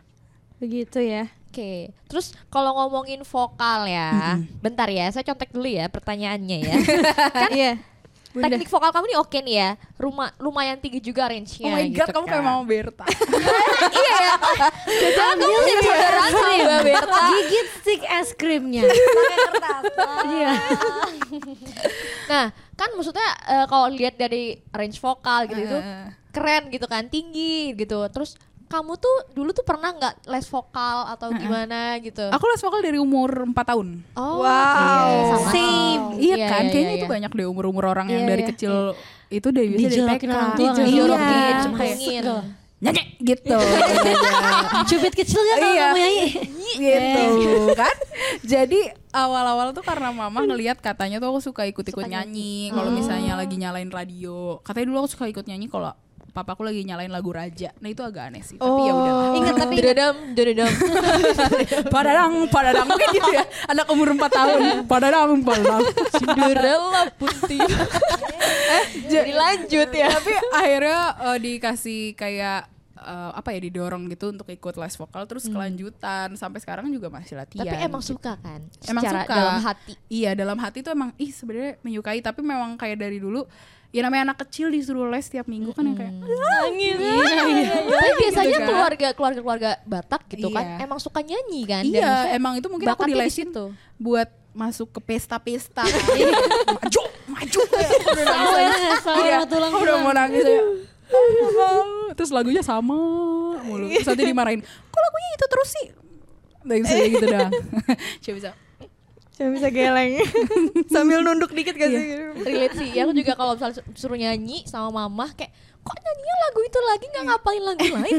begitu ya Oke, terus kalau ngomongin vokal ya, bentar ya, saya contek dulu ya pertanyaannya ya. kan iya Teknik vokal kamu nih oke nih ya, rumah lumayan tinggi juga range-nya. oh my god gitu kamu kayak kan. mau Berta Iya ya. Jangan Iya, kamu jadi saudara sama Mbak Berta. Gigit stick es krimnya. Iya, pakai kertas Iya. Nah, kan maksudnya eh, kalau lihat dari range vokal gitu itu Eh. keren gitu kan, tinggi gitu. Terus kamu tuh dulu tuh pernah nggak les vokal atau Eh, gimana gitu? aku les vokal dari umur 4 tahun Oh, Wow. iya, sama. Same. Iya Iya, kan, iya, kayaknya iya, itu iya. banyak deh umur-umur orang yang Iya, dari iya. kecil itu dari biasa dari Dijorokin TK. orang tua nggak sih? Dijorokin, Iya. cemplungin. Masuk. Nyanyi gitu. Cubit kecil kan kalau Iya. kamu nyanyi. gitu kan. Jadi awal-awal tuh karena mama ngelihat katanya tuh aku suka ikut-ikut nyanyi Hmm. kalau misalnya lagi nyalain radio. Katanya dulu aku suka ikut nyanyi kalau papaku lagi nyalain lagu Raja. Nah, itu agak aneh sih, tapi Oh. ya udah. Ingat tapi dadam, dadam. Padadang, padadang mungkin gitu ya. Anak umur 4 tahun. Padadang, padadang. Eh, Cinderella putih. Jadi lanjut ya. tapi akhirnya eh, dikasih kayak eh, apa ya didorong gitu untuk ikut les vokal terus kelanjutan sampai sekarang juga masih latihan. Hmm. Tapi emang suka kan? gitu. Emang Secara suka. dalam hati. Iya, dalam hati tuh emang ih sebenarnya menyukai tapi memang kayak dari dulu ya namanya anak kecil disuruh les tiap minggu kan yang kayak Nangis. Iya, Tapi biasanya Iya, Gitu kan. keluarga keluarga keluarga Batak gitu kan Iya. emang suka nyanyi kan? Dan iya, maksudnya emang itu mungkin aku bakatnya di dilesin situ. buat masuk ke pesta-pesta. Jadi, maju, maju. Aku udah nangis aja. Salah Iya, sama tulang aku udah mau nangis aja. terus lagunya sama mulu terus nanti dimarahin kok lagunya itu terus sih dan saya gitu dah coba bisa saya bisa geleng sambil nunduk dikit Iya. kan sih relate sih. Ya, Aku juga kalau misalnya sur- suruh nyanyi sama mamah kayak kok nyanyinya lagu itu lagi nggak ngapalin lagu lain?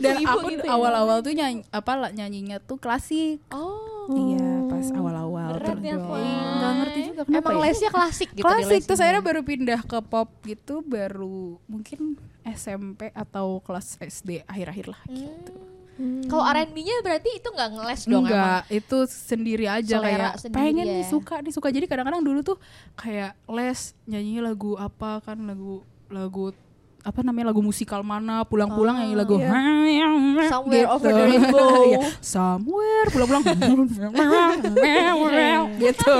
dan Ibu aku gitu ya. awal-awal tuh nyanyi apa lah, nyanyinya tuh klasik Oh. iya pas awal-awal Berat ya, Aduh, Fai. nggak ngerti juga kenapa Emang ya? lesnya klasik gitu. klasik dilesnya. terus akhirnya baru pindah ke pop gitu baru mungkin SMP atau kelas SD akhir-akhir lah Hmm. Kalau R&B-nya berarti itu nggak ngeles dong emang. Enggak, itu sendiri iya. aja Selera kayak sendiri pengen nih ya. suka nih suka. Jadi kadang-kadang dulu tuh kayak les nyanyi lagu apa kan lagu lagu apa namanya lagu musikal mana pulang-pulang nyanyi lagu Somewhere gitu. over the rainbow. Iya, somewhere pulang-pulang gitu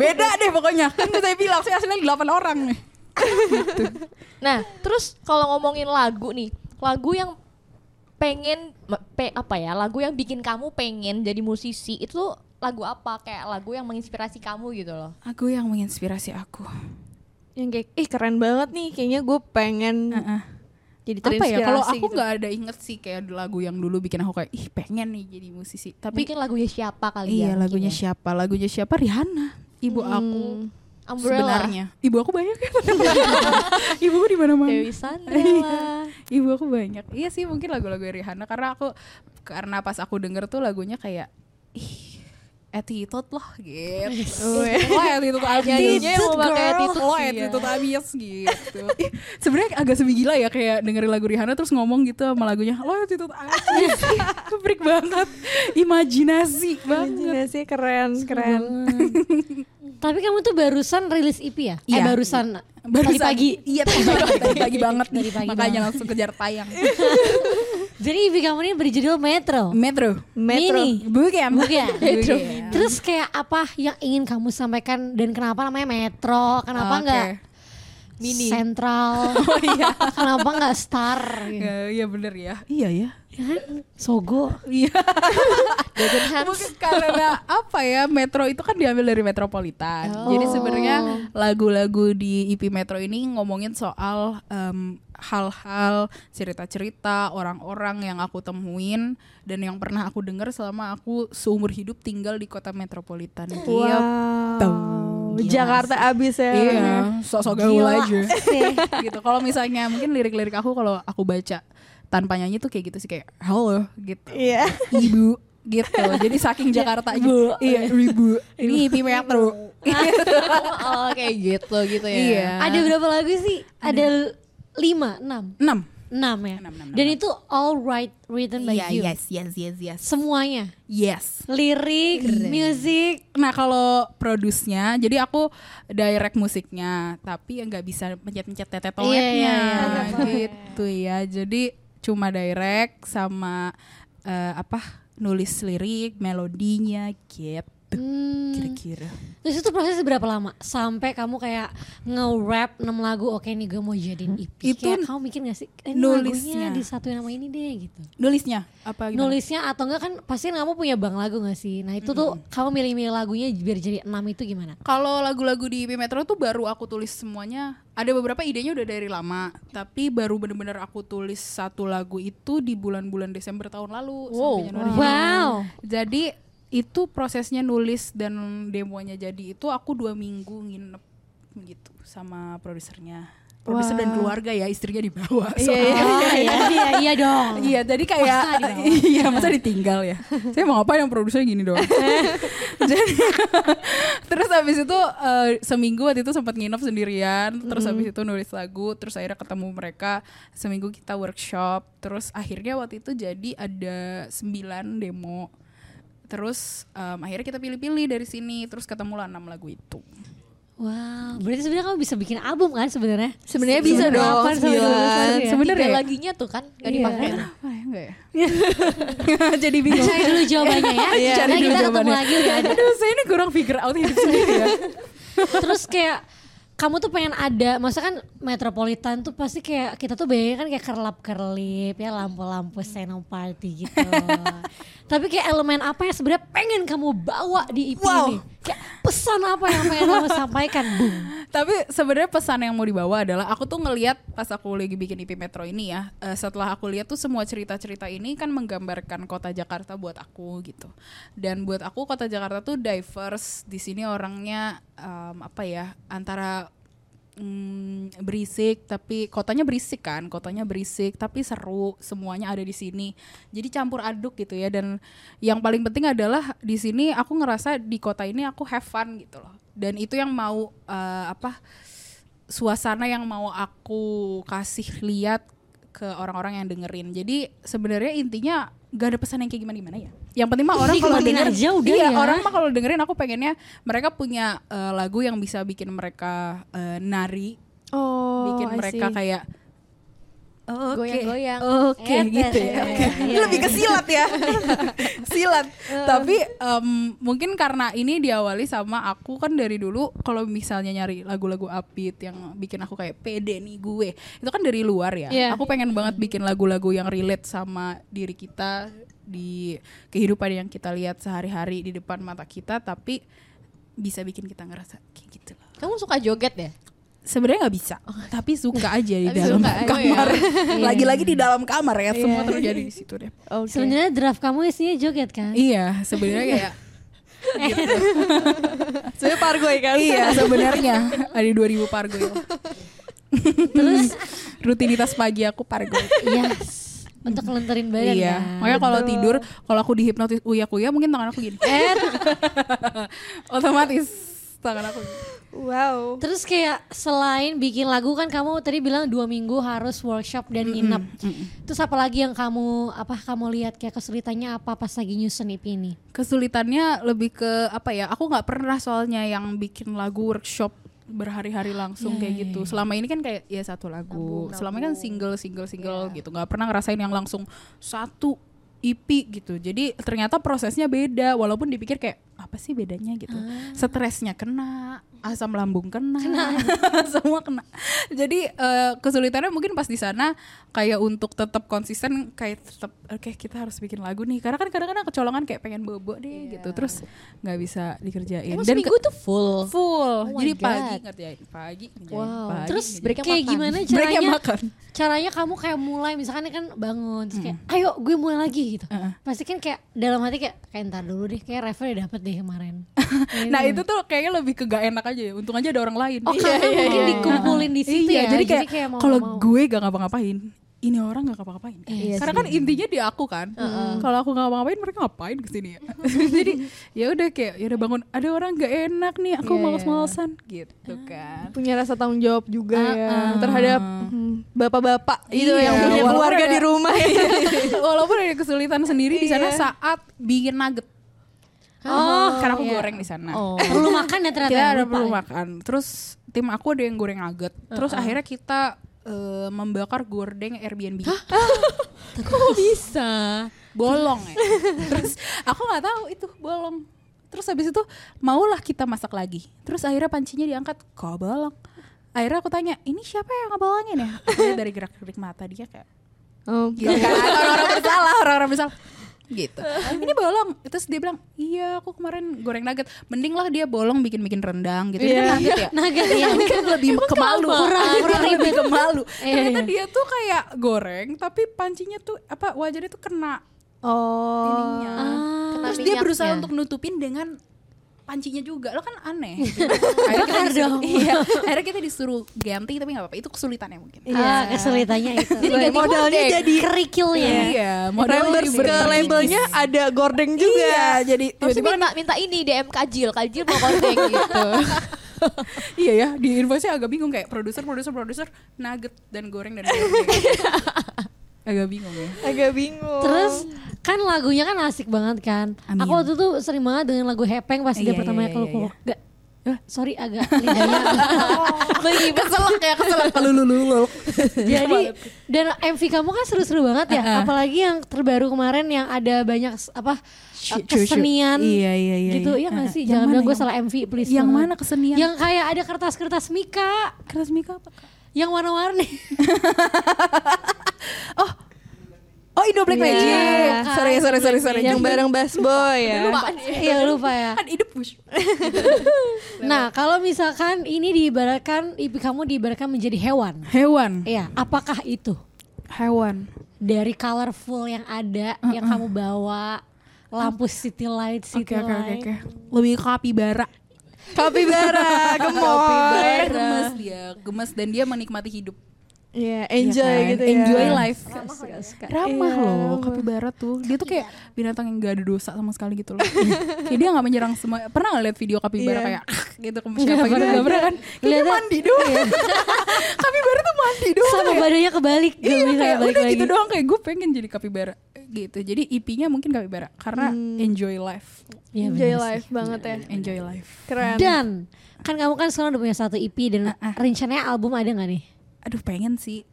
beda deh pokoknya kan saya bilang saya aslinya 8 orang nih Nah, terus kalau ngomongin lagu nih, lagu yang pengen ma- pe, apa ya? Lagu yang bikin kamu pengen jadi musisi itu lagu apa? Kayak lagu yang menginspirasi kamu gitu loh. aku yang menginspirasi aku yang kayak ih keren banget nih kayaknya gue pengen Heeh. jadi apa terinspirasi ya kalau aku gitu. nggak ada inget sih kayak lagu yang dulu bikin aku kayak ih pengen nih jadi musisi tapi Mungkin lagunya siapa kali ya? Iya mungkin lagunya ya. Hmm, siapa? Lagunya siapa? Rihanna. Ibu aku Umbrella. sebenarnya. Ibu aku banyak ya. Ibu aku di mana-mana. Dewi Sandra. Ibu aku banyak. Iya sih mungkin lagu-lagu Rihanna karena aku karena pas aku denger tuh lagunya kayak ih attitude loh gitu. Lo attitude abis. Jadinya yang mau pakai attitude Lo sih ya. attitude abis gitu. iya. Sebenarnya agak sebegila ya kayak dengerin lagu Rihanna terus ngomong gitu sama lagunya. Lo attitude abis. Keprik banget. Imajinasi banget. Imajinasi Iya, keren, keren. Tapi kamu tuh barusan rilis EP ya? Eh Iya. barusan Barusan- pagi-pagi. Iya, tadi pagi, tadi pagi banget nih. Tadi pagi Makanya banget. Eh. langsung kejar tayang. Jadi EP kamu ini beri judul Metro. Metro. Metro. Mini. Bukan. Bukan. Iya. Metro. Terus kayak apa yang ingin kamu sampaikan dan kenapa namanya Metro? Oke. Kenapa Oh, iya. enggak Mini. Sentral? kenapa enggak Star? Gitu. Ya, Iya bener ya. Iya ya. Ya kan? Sogo. Iya. Golden Hands. Mungkin karena apa ya Metro itu kan diambil dari Metropolitan. Oh. Jadi sebenarnya lagu-lagu di EP Metro ini ngomongin soal em, hal-hal cerita-cerita orang-orang yang aku temuin dan yang pernah aku dengar selama aku seumur hidup tinggal di kota metropolitan. Iya. Wow. Jakarta abis ya. Iya, sok-sok gaul Gila aja. gitu. Kalau misalnya mungkin lirik-lirik aku kalau aku baca tanpa nyanyi tuh kayak gitu sih kayak halo gitu. Iya. Ibu gitu. Jadi saking Jakarta ibu. Iya, ibu. Ini IP Metro. Gitu. Oh, kayak gitu gitu ya. Iya. Ada berapa lagu sih? Ada, l- lima, enam. 6. Enam ya? Enam, enam, enam, dan itu all right written by Iya, you. yes, yes, yes, yes. Semuanya. Yes. Lirik, music, Nah kalau produsnya, jadi aku direct musiknya, tapi yang nggak bisa pencet-pencet tete toetnya Iya, iya, gitu ya. Jadi cuma direct sama eh, apa nulis lirik, melodinya gitu. Kira-kira. Terus itu prosesnya berapa lama? Sampai kamu kayak nge-rap 6 lagu, oke nih gue mau jadiin EP. Itu kayak kamu mikir gak sih, eh, ini nulisnya. lagunya disatuin sama ini deh gitu. Nulisnya apa gimana? Nulisnya atau enggak kan pasti kamu punya bank lagu gak sih? Nah itu tuh kamu milih-milih lagunya biar jadi 6 itu gimana? Kalau lagu-lagu di IP Metro tuh baru aku tulis semuanya. Ada beberapa idenya udah dari lama, tapi baru bener-bener aku tulis satu lagu itu di bulan-bulan Desember tahun lalu sampai Januari. Wow. Jadi itu prosesnya nulis dan demonya jadi itu aku dua minggu nginep gitu sama produsernya. Produser dan keluarga ya istrinya dibawa. soalnya. Oh iya, iya, iya dong. Iya, jadi kayak iya masa ditinggal ya. Saya mau apa yang produsernya gini doang. jadi terus habis itu eh, seminggu waktu itu sempat nginep sendirian, terus habis itu nulis lagu, terus akhirnya ketemu mereka. Seminggu kita workshop, terus akhirnya waktu itu jadi ada 9 demo. Terus em, akhirnya kita pilih-pilih dari sini, terus ketemulah enam lagu itu. Wow, berarti sebenarnya kamu bisa bikin album kan sebenarnya? Sebenarnya Iya, bisa dong. Delapan sampai dua sembilan. belas lagu ya? Tiga Sebenarnya ya? laginya tuh kan gak dipakai. Apa ya, enggak ya? jadi bingung. Cari dulu jawabannya Iya, ya. Karena cari dulu kita ketemu jawabannya. lagi udah ada. Aduh, saya ini kurang figure out hidup sendiri ya. Terus kayak kamu tuh pengen ada, maksudnya kan metropolitan tuh pasti kayak kita tuh bayangin kan kayak kerlap-kerlip ya lampu-lampu senoparty gitu. Tapi kayak elemen apa yang sebenarnya pengen kamu bawa di IP ini? Kayak pesan apa yang pengen kamu sampaikan, Bung? Tapi sebenarnya pesan yang mau dibawa adalah aku tuh ngelihat pas aku lagi bikin IP Metro ini ya, eh, setelah aku lihat tuh semua cerita-cerita ini kan menggambarkan kota Jakarta buat aku gitu. Dan buat aku kota Jakarta tuh diverse. Di sini orangnya em, apa ya antara mm, berisik tapi kotanya berisik kan kotanya berisik tapi seru semuanya ada di sini jadi campur aduk gitu ya dan yang paling penting adalah di sini aku ngerasa di kota ini aku have fun gitu loh dan itu yang mau eh, apa suasana yang mau aku kasih lihat ke orang-orang yang dengerin jadi sebenarnya intinya gak ada pesan yang kayak gimana gimana ya yang penting mah orang kalau Nikmatin denger aja udah iya ya. orang mah kalau dengerin aku pengennya mereka punya eh, lagu yang bisa bikin mereka eh, nari Oh, bikin I mereka see. kayak oke Goyang-goyang. oke gitu ya Oke. Iya, lebih ke silat ya silat Eh. tapi em, mungkin karena ini diawali sama aku kan dari dulu kalau misalnya nyari lagu-lagu upbeat yang bikin aku kayak pede nih gue itu kan dari luar ya Iya. aku pengen banget bikin lagu-lagu yang relate sama diri kita di kehidupan yang kita lihat sehari-hari di depan mata kita tapi bisa bikin kita ngerasa kayak gitu loh Kamu suka joget ya? sebenarnya nggak bisa tapi suka aja di Oh. Tapi dalam suka aja ya. Iya. kamar lagi-lagi di dalam kamar ya semua terjadi di situ deh Sebenarnya draft kamu isinya joget kan? iya sebenarnya kayak Sebenarnya pargoy kan. iya sebenarnya ada 2000 pargoil terus rutinitas pagi aku pargoil Yes. untuk ngelenterin badan iya. kan. Makanya kalau tidur, kalau aku dihipnotis uya-uya mungkin tangan aku gini. Eh, otomatis tangan aku. gini. Wow. Terus kayak selain bikin lagu kan kamu tadi bilang dua minggu harus workshop dan nginep. Terus apalagi yang kamu apa kamu lihat kayak kesulitannya apa pas lagi nyusun EP ini? Kesulitannya lebih ke apa ya? Aku nggak pernah soalnya yang bikin lagu workshop berhari-hari langsung kayak gitu. Selama ini kan kayak ya satu lagu. Selama ini kan single single single gitu. nggak pernah ngerasain yang langsung satu EP gitu. Jadi ternyata prosesnya beda walaupun dipikir kayak apa sih bedanya gitu. Stresnya kena, asam lambung kena, semua kena. Jadi eh, kesulitannya mungkin pas di sana kayak untuk tetap konsisten kayak tetap oke kita harus bikin lagu nih. Karena kan kadang-kadang kecolongan kayak pengen bobo deh gitu. Terus nggak bisa Emang dikerjain. Iya, Dan ke- seminggu tuh full. full. Oh my Jadi God. pagi kan. ngerjain pagi, ngerjain Wow. pagi. Terus jadi breaknya kayak makan. gimana Breaknya caranya? makan. Caranya kamu kayak mulai misalkan kan bangun terus kayak ayo gue mulai lagi gitu. Pasti kan kayak dalam hati kayak kayak ntar dulu deh kayak Reva udah dapet deh kemarin. Kayak nah itu gitu. tuh kayaknya lebih ke gak enak aja ya. Untung aja ada orang lain. Oh karena mungkin dikumpulin di situ iya, ya. Jadi kayak, mau kalau nggak mau. gue gak ngapa-ngapain, ini orang gak ngapa-ngapain. Iya Karena kan intinya di aku kan. Kalau aku gak ngapa-ngapain, mereka ngapain kesini ya? jadi ya udah kayak ya udah bangun. Ada orang gak enak nih, aku Iya, males-malesan gitu kan. Punya rasa tanggung jawab juga ya terhadap mm, bapak-bapak itu Iya, yang punya walaupun keluarga ada- di rumah. Walaupun ada kesulitan sendiri di sana saat bikin nugget. Iya. Oh, karena aku iya. goreng di sana. Oh. perlu makan ya ternyata. kita Iya, ada lupa perlu ya. makan terus tim aku ada yang goreng nugget terus akhirnya kita eh, membakar gordeng Airbnb Kok bisa? bolong ya terus aku nggak tahu itu bolong terus habis itu maulah kita masak lagi terus akhirnya pancinya diangkat kok bolong akhirnya aku tanya ini siapa yang ngebolongin ya Akhirnya dari gerak gerik mata dia kayak Oh, gitu kan orang-orang bersalah orang-orang bersalah gitu ini bolong terus dia bilang iya aku kemarin goreng nugget mending lah dia bolong bikin bikin rendang gitu Ini kan nugget ya Nugget ya. kan lebih kemalu kurang, kurang lebih kemalu Iya, ternyata iya. dia tuh kayak goreng tapi pancinya tuh apa wajarnya tuh kena Oh. ininya Ah. terus dia minyaknya. berusaha untuk nutupin dengan pancinya juga lo kan aneh Iya. akhirnya kita disuruh, iya, akhirnya kita disuruh ganti tapi nggak apa-apa itu kesulitannya mungkin Iya. Ah, kesulitannya itu. Jadi modalnya jadi kerikilnya. iya modalnya Iya, Members ke labelnya ada gordeng juga. jadi Terus tiba-tiba kan minta minta ini DM Kajil, Kajil mau konten gitu. iya ya di invoice-nya agak bingung kayak produser produser produser nugget dan goreng dan goreng agak bingung ya Agak bingung. Terus kan lagunya kan asik banget kan. Amin. Aku waktu itu sering banget dengan lagu Hepeng pas dia Iya, pertama iya, kali iya, keluar. Gak- eh, sorry agak lidahnya. Bagi keselak ya keselak lulu Jadi dan MV kamu kan seru-seru banget ya, Uh-uh. apalagi yang terbaru kemarin yang ada banyak s- apa eh, kesenian iya iya iya gitu iya. ya nggak sih? Yang Jangan mana, bilang gue yang- salah MV please. yang banget. mana kesenian Yang kayak ada kertas-kertas mika keras mika apa Kak? yang warna-warni. oh Indo Black Iya, Magic kan. sorry sorry sorry sorry yang bareng Bass Boy ya. Iya lupa ya. kan hidup push Nah, kalau misalkan ini diibaratkan ibu kamu diibaratkan menjadi hewan. hewan Iya, apakah itu? hewan Dari colorful yang ada yang kamu bawa, lampu city light, Ah. oke city oke oke light. oke. lebih kapibara Kapibara, gemor. Akhirnya gemes dia gemes dan dia menikmati hidup Iya, Iya enjoy kan? gitu ya. enjoy life gitu. ramah Iya. Iya, loh ramah. kapibara tuh dia tuh kayak binatang yang gak ada dosa sama sekali gitu loh kayak dia gak menyerang semua pernah gak liat video kapibara Iya. kayak "Ah," gitu ke siapa gitu gak pernah kan dia Lihatnya- mandi doang kapibara tuh mandi doang Sama kayak, badannya kebalik, gak ya? iya bisa kayak balik udah lagi. gitu doang kayak gue pengen jadi kapibara gitu jadi IP-nya mungkin kapibara karena enjoy life Iya, Enjoy benar sih. life banget ya. enjoy life Keren. Dan kan kamu kan sekarang udah punya satu EP dan Ah, rencananya album ada nggak nih? aduh pengen sih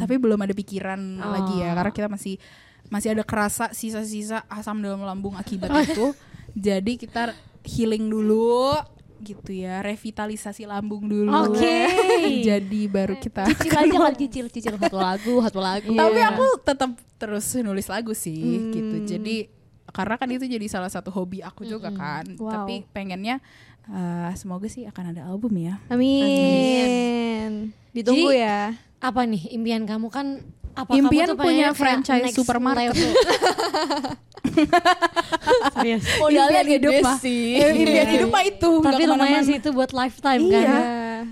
tapi belum ada pikiran lagi ya karena kita masih masih ada kerasa sisa-sisa asam dalam lambung akibat itu jadi kita healing dulu gitu ya revitalisasi lambung dulu Oke. jadi baru kita Cicil aja lah, cicil, cicil satu lagu, satu lagu. tapi aku tetap terus nulis lagu sih gitu jadi karena kan itu jadi salah satu hobi aku juga kan Wow. tapi pengennya eh, semoga sih akan ada album ya Amin. Ditunggu Jadi- ya. Apa nih impian kamu kan apa Impian kamu tuh punya pengennya kayak franchise next supermarket. level? Serius. modalnya Impian hidup gede mah. sih. Eh, impian hidup mah itu nggak Tapi lumayan kemana-mana. sih itu buat lifetime kan. Iya. Iya.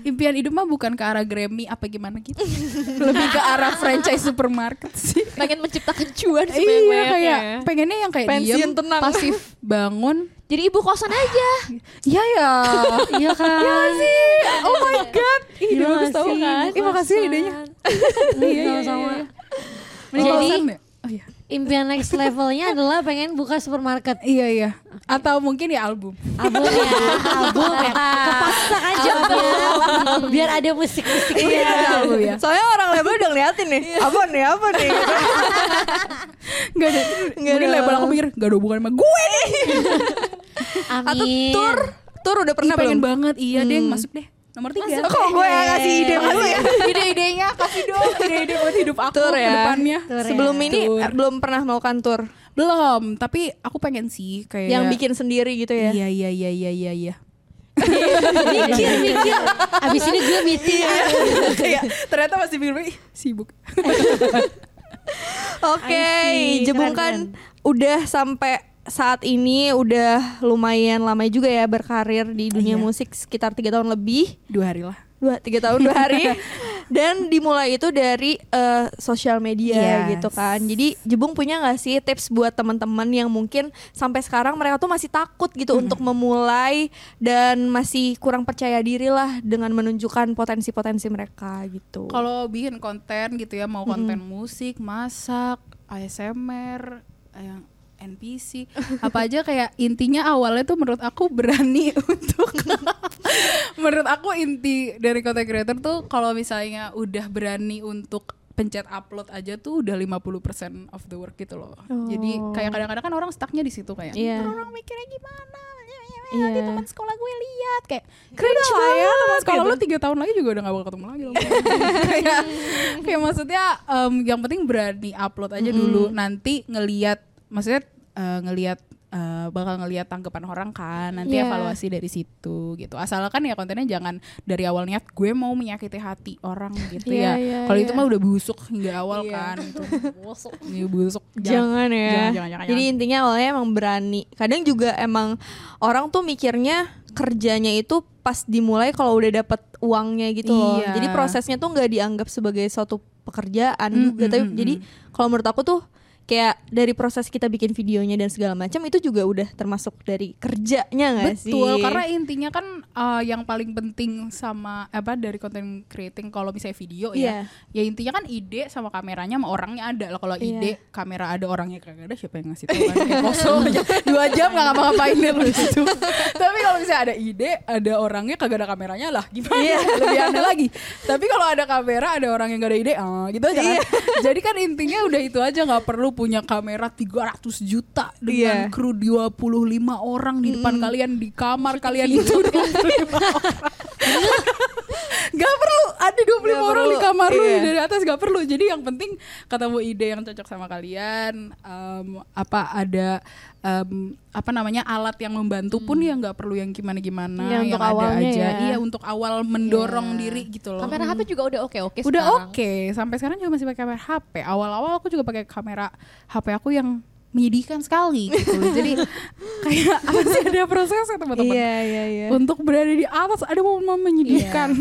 Impian hidup mah bukan ke arah Grammy apa gimana gitu. Lebih ke arah franchise supermarket sih. pengen menciptakan cuan iya sebanyak-banyaknya. kayak pengennya yang kayak Pensiun diem, tenang. pasif, bangun. Jadi ibu kosan aja. Iya ya. Iya kan? Iya sih. oh my god. Ih, ide bagus tau kan. Ih, makasih idenya. Iya, Sama-sama. Mending Jadi- kosan deh. Oh iya. Impian next levelnya adalah pengen buka supermarket. Iya iya. Atau mungkin ya album. Album ya, album ya. Kepaksa aja biar, biar ada musik-musiknya. album ya. Iya. Soalnya orang label udah ngeliatin nih. apa nih? Apa nih? Gitu. Gak ada. Nggak mungkin ada. label aku mikir gak ada hubungan sama gue nih. Amin. Atau tour, tour udah pernah Ih, pengen belum? banget. Iya deh masuk deh. Nomor tiga. Kok gue yang Iya. ngasih ide masuk ya? Ide-idenya kasih dong. Ide-ide buat hidup aku Tour ya. ke depannya. Tour ya. Sebelum ini Tour. eh, belum pernah melakukan tour Belum, tapi aku pengen sih kayak yang bikin sendiri gitu ya. Iya iya iya iya iya iya. Iya. mikir, mikir. Abis ini gue meeting. Kayak ternyata masih mikir "Ih, sibuk. Oke, I see. Jebung Keren, kan udah sampai saat ini udah lumayan lama juga ya berkarir di dunia Iya. musik sekitar tiga tahun lebih Dua hari lah. dua tiga tahun dua hari dan dimulai itu dari eh, sosial media Yes. gitu kan jadi Jebung punya nggak sih tips buat teman-teman yang mungkin sampai sekarang mereka tuh masih takut gitu untuk memulai dan masih kurang percaya diri lah dengan menunjukkan potensi-potensi mereka gitu Kalau bikin konten gitu ya, mau konten musik, masak, ASMR, yang NPC, apa aja kayak intinya awalnya tuh menurut aku berani untuk menurut aku inti dari content creator tuh kalau misalnya udah berani untuk pencet upload aja tuh udah 50% of the work gitu loh. Jadi kayak kadang-kadang kan orang stucknya di situ kayak Oh. Iya. orang mikirnya gimana? Ya, ya, ya, Iya. Nanti teman sekolah gue lihat kayak keren lah ya, banget. teman Kalau gitu. lu tiga tahun lagi juga udah gak bakal ketemu lagi loh. Iya. kayak kayak maksudnya em, yang penting berani upload aja dulu nanti ngeliat maksudnya eh, ngeliat eh, bakal ngeliat tanggapan orang kan nanti Iya. evaluasi dari situ gitu asalkan ya kontennya jangan dari awal niat gue mau menyakiti hati orang gitu Iya, ya iya, kalau iya. itu mah udah busuk hingga awal kan itu busuk Iya, busuk Jangan, ya. jangan, jangan, jangan, Jadi jangan. intinya awalnya emang berani. Kadang juga emang orang tuh mikirnya kerjanya itu pas dimulai kalau udah dapet uangnya gitu loh. Iya. Jadi prosesnya tuh nggak dianggap sebagai suatu pekerjaan Mm, juga. mm, Tapi mm, jadi kalau menurut aku tuh kayak dari proses kita bikin videonya dan segala macam itu juga udah termasuk dari kerjanya nggak sih? Betul, karena intinya kan eh, yang paling penting sama apa dari content creating kalau misalnya video Iya. ya. Ya intinya kan ide sama kameranya sama orangnya ada lah. Kalau Iya. ide kamera ada orangnya kagak ada siapa yang ngasih tahu kan? Kayak kosong aja. Dua jam gak ngapa-ngapain deh lu itu. Tapi kalau misalnya ada ide, ada orangnya kagak ada kameranya lah gimana? Iya. Lebih aneh lagi. Tapi kalau ada kamera, ada orang yang gak ada ide, ah gitu aja. kan. Iya. Jadi kan intinya udah itu aja nggak perlu punya kamera 300 juta Iya. Hmm. dengan kru 25 orang di depan kalian di kamar kalian gitu. itu 25 orang. Gak perlu ada 25 Nggak orang di perlu, kamar lu iya. dari atas gak perlu. Jadi yang penting ketemu ide yang cocok sama kalian em, apa ada em, apa namanya alat yang membantu pun ya nggak perlu yang gimana-gimana Hmm. Iya, untuk ada awalnya ya. aja. Iya. Iya untuk awal mendorong diri gitu loh. Kamera HP juga udah oke-oke Udah sekarang. oke, sampai sekarang juga masih pakai kamera HP. Awal-awal aku juga pakai kamera HP aku yang menyedihkan sekali gitu. Jadi kayak masih ada prosesnya teman-teman. Iya iya iya. Untuk berada di atas ada momen menyedihkan.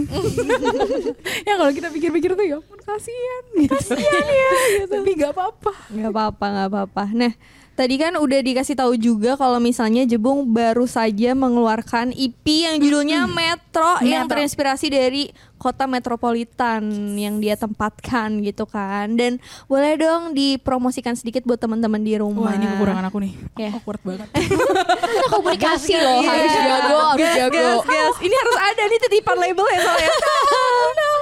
ya kalau kita pikir-pikir tuh ya ampun kasihan gitu. Kasihan ya Tapi gak apa-apa. Gak apa-apa, gak apa-apa. Nah, tadi kan udah dikasih tahu juga kalau misalnya Jebung baru saja mengeluarkan EP yang judulnya Metro, yang Metro. terinspirasi dari kota metropolitan yang dia tempatkan gitu kan. Dan boleh dong dipromosikan sedikit buat teman-teman di rumah. Wah, ini kekurangan aku nih. Iya. Awkward banget. Kita komunikasi loh, Oh, Iya. harus jago, harus Gas, jago. gas, gas. Ini harus ada nih titipan label ya soalnya.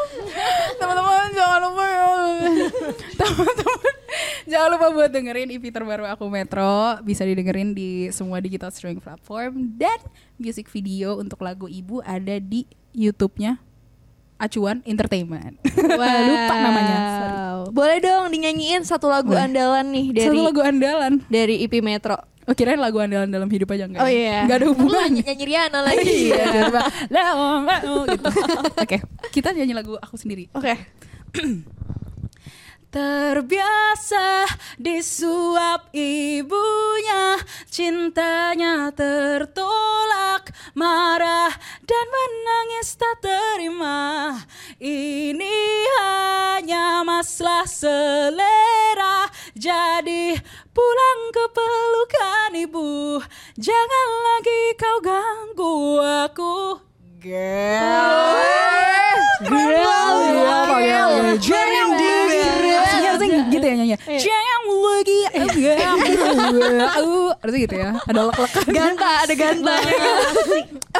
Teman-teman jangan lupa ya. Teman-teman jangan lupa buat dengerin EP terbaru aku Metro, bisa didengerin di semua digital streaming platform dan music video untuk lagu Ibu ada di YouTube-nya Acuan Entertainment. Lupa namanya. Sorry. Wow. Boleh dong dinyanyiin satu lagu Boleh. andalan nih dari Satu lagu andalan. dari EP Metro. Oh kirain lagu andalan dalam hidup aja enggak? Oh, ya? iya. Enggak ada Lu hubungannya. nyanyi nyanyi Riana lagi. Iya, coba. Lah, mau, mau, gitu. Oke, kita nyanyi lagu aku sendiri. Oke. Terbiasa disuap ibunya, cintanya tertolak, marah dan menangis tak terima. Ini hanya masalah selera, jadi pulang ke pelukan ibu. Jangan lagi kau ganggu aku. Gila, gila, jangan Artinya harusnya gitu ya nyanyi. Jangan lagi, Aduh, harusnya gitu ya. Ada lek-lekan. Ganta, ada ganta.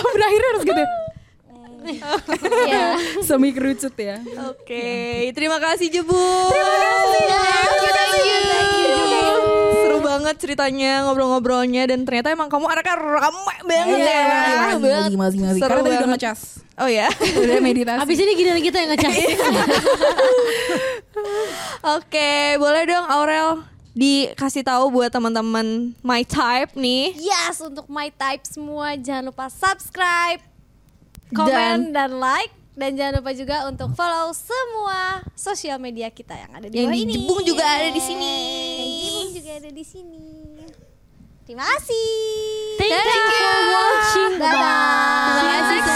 Oh, berakhirnya harus gitu. Iya. Semi kerucut ya. Oke, terima kasih Jebu. Terima kasih. Seru banget ceritanya, ngobrol-ngobrolnya dan ternyata emang kamu anaknya ramai banget Iya, ya. Banget. Seru Karena tadi udah banget. ngecas. Oh ya. Udah meditasi. Abis ini giliran kita yang ngecas. Oke, boleh dong Aurel dikasih tahu buat teman-teman my type nih. Yes, untuk my type semua jangan lupa subscribe, komen dan, like dan jangan lupa juga untuk follow semua sosial media kita yang ada di Yang bawah di ini. Jebung juga ada di sini. Yang di Jebung juga ada di sini. Terima kasih. Thank you for watching. Dadah. Bye. Terima kasih.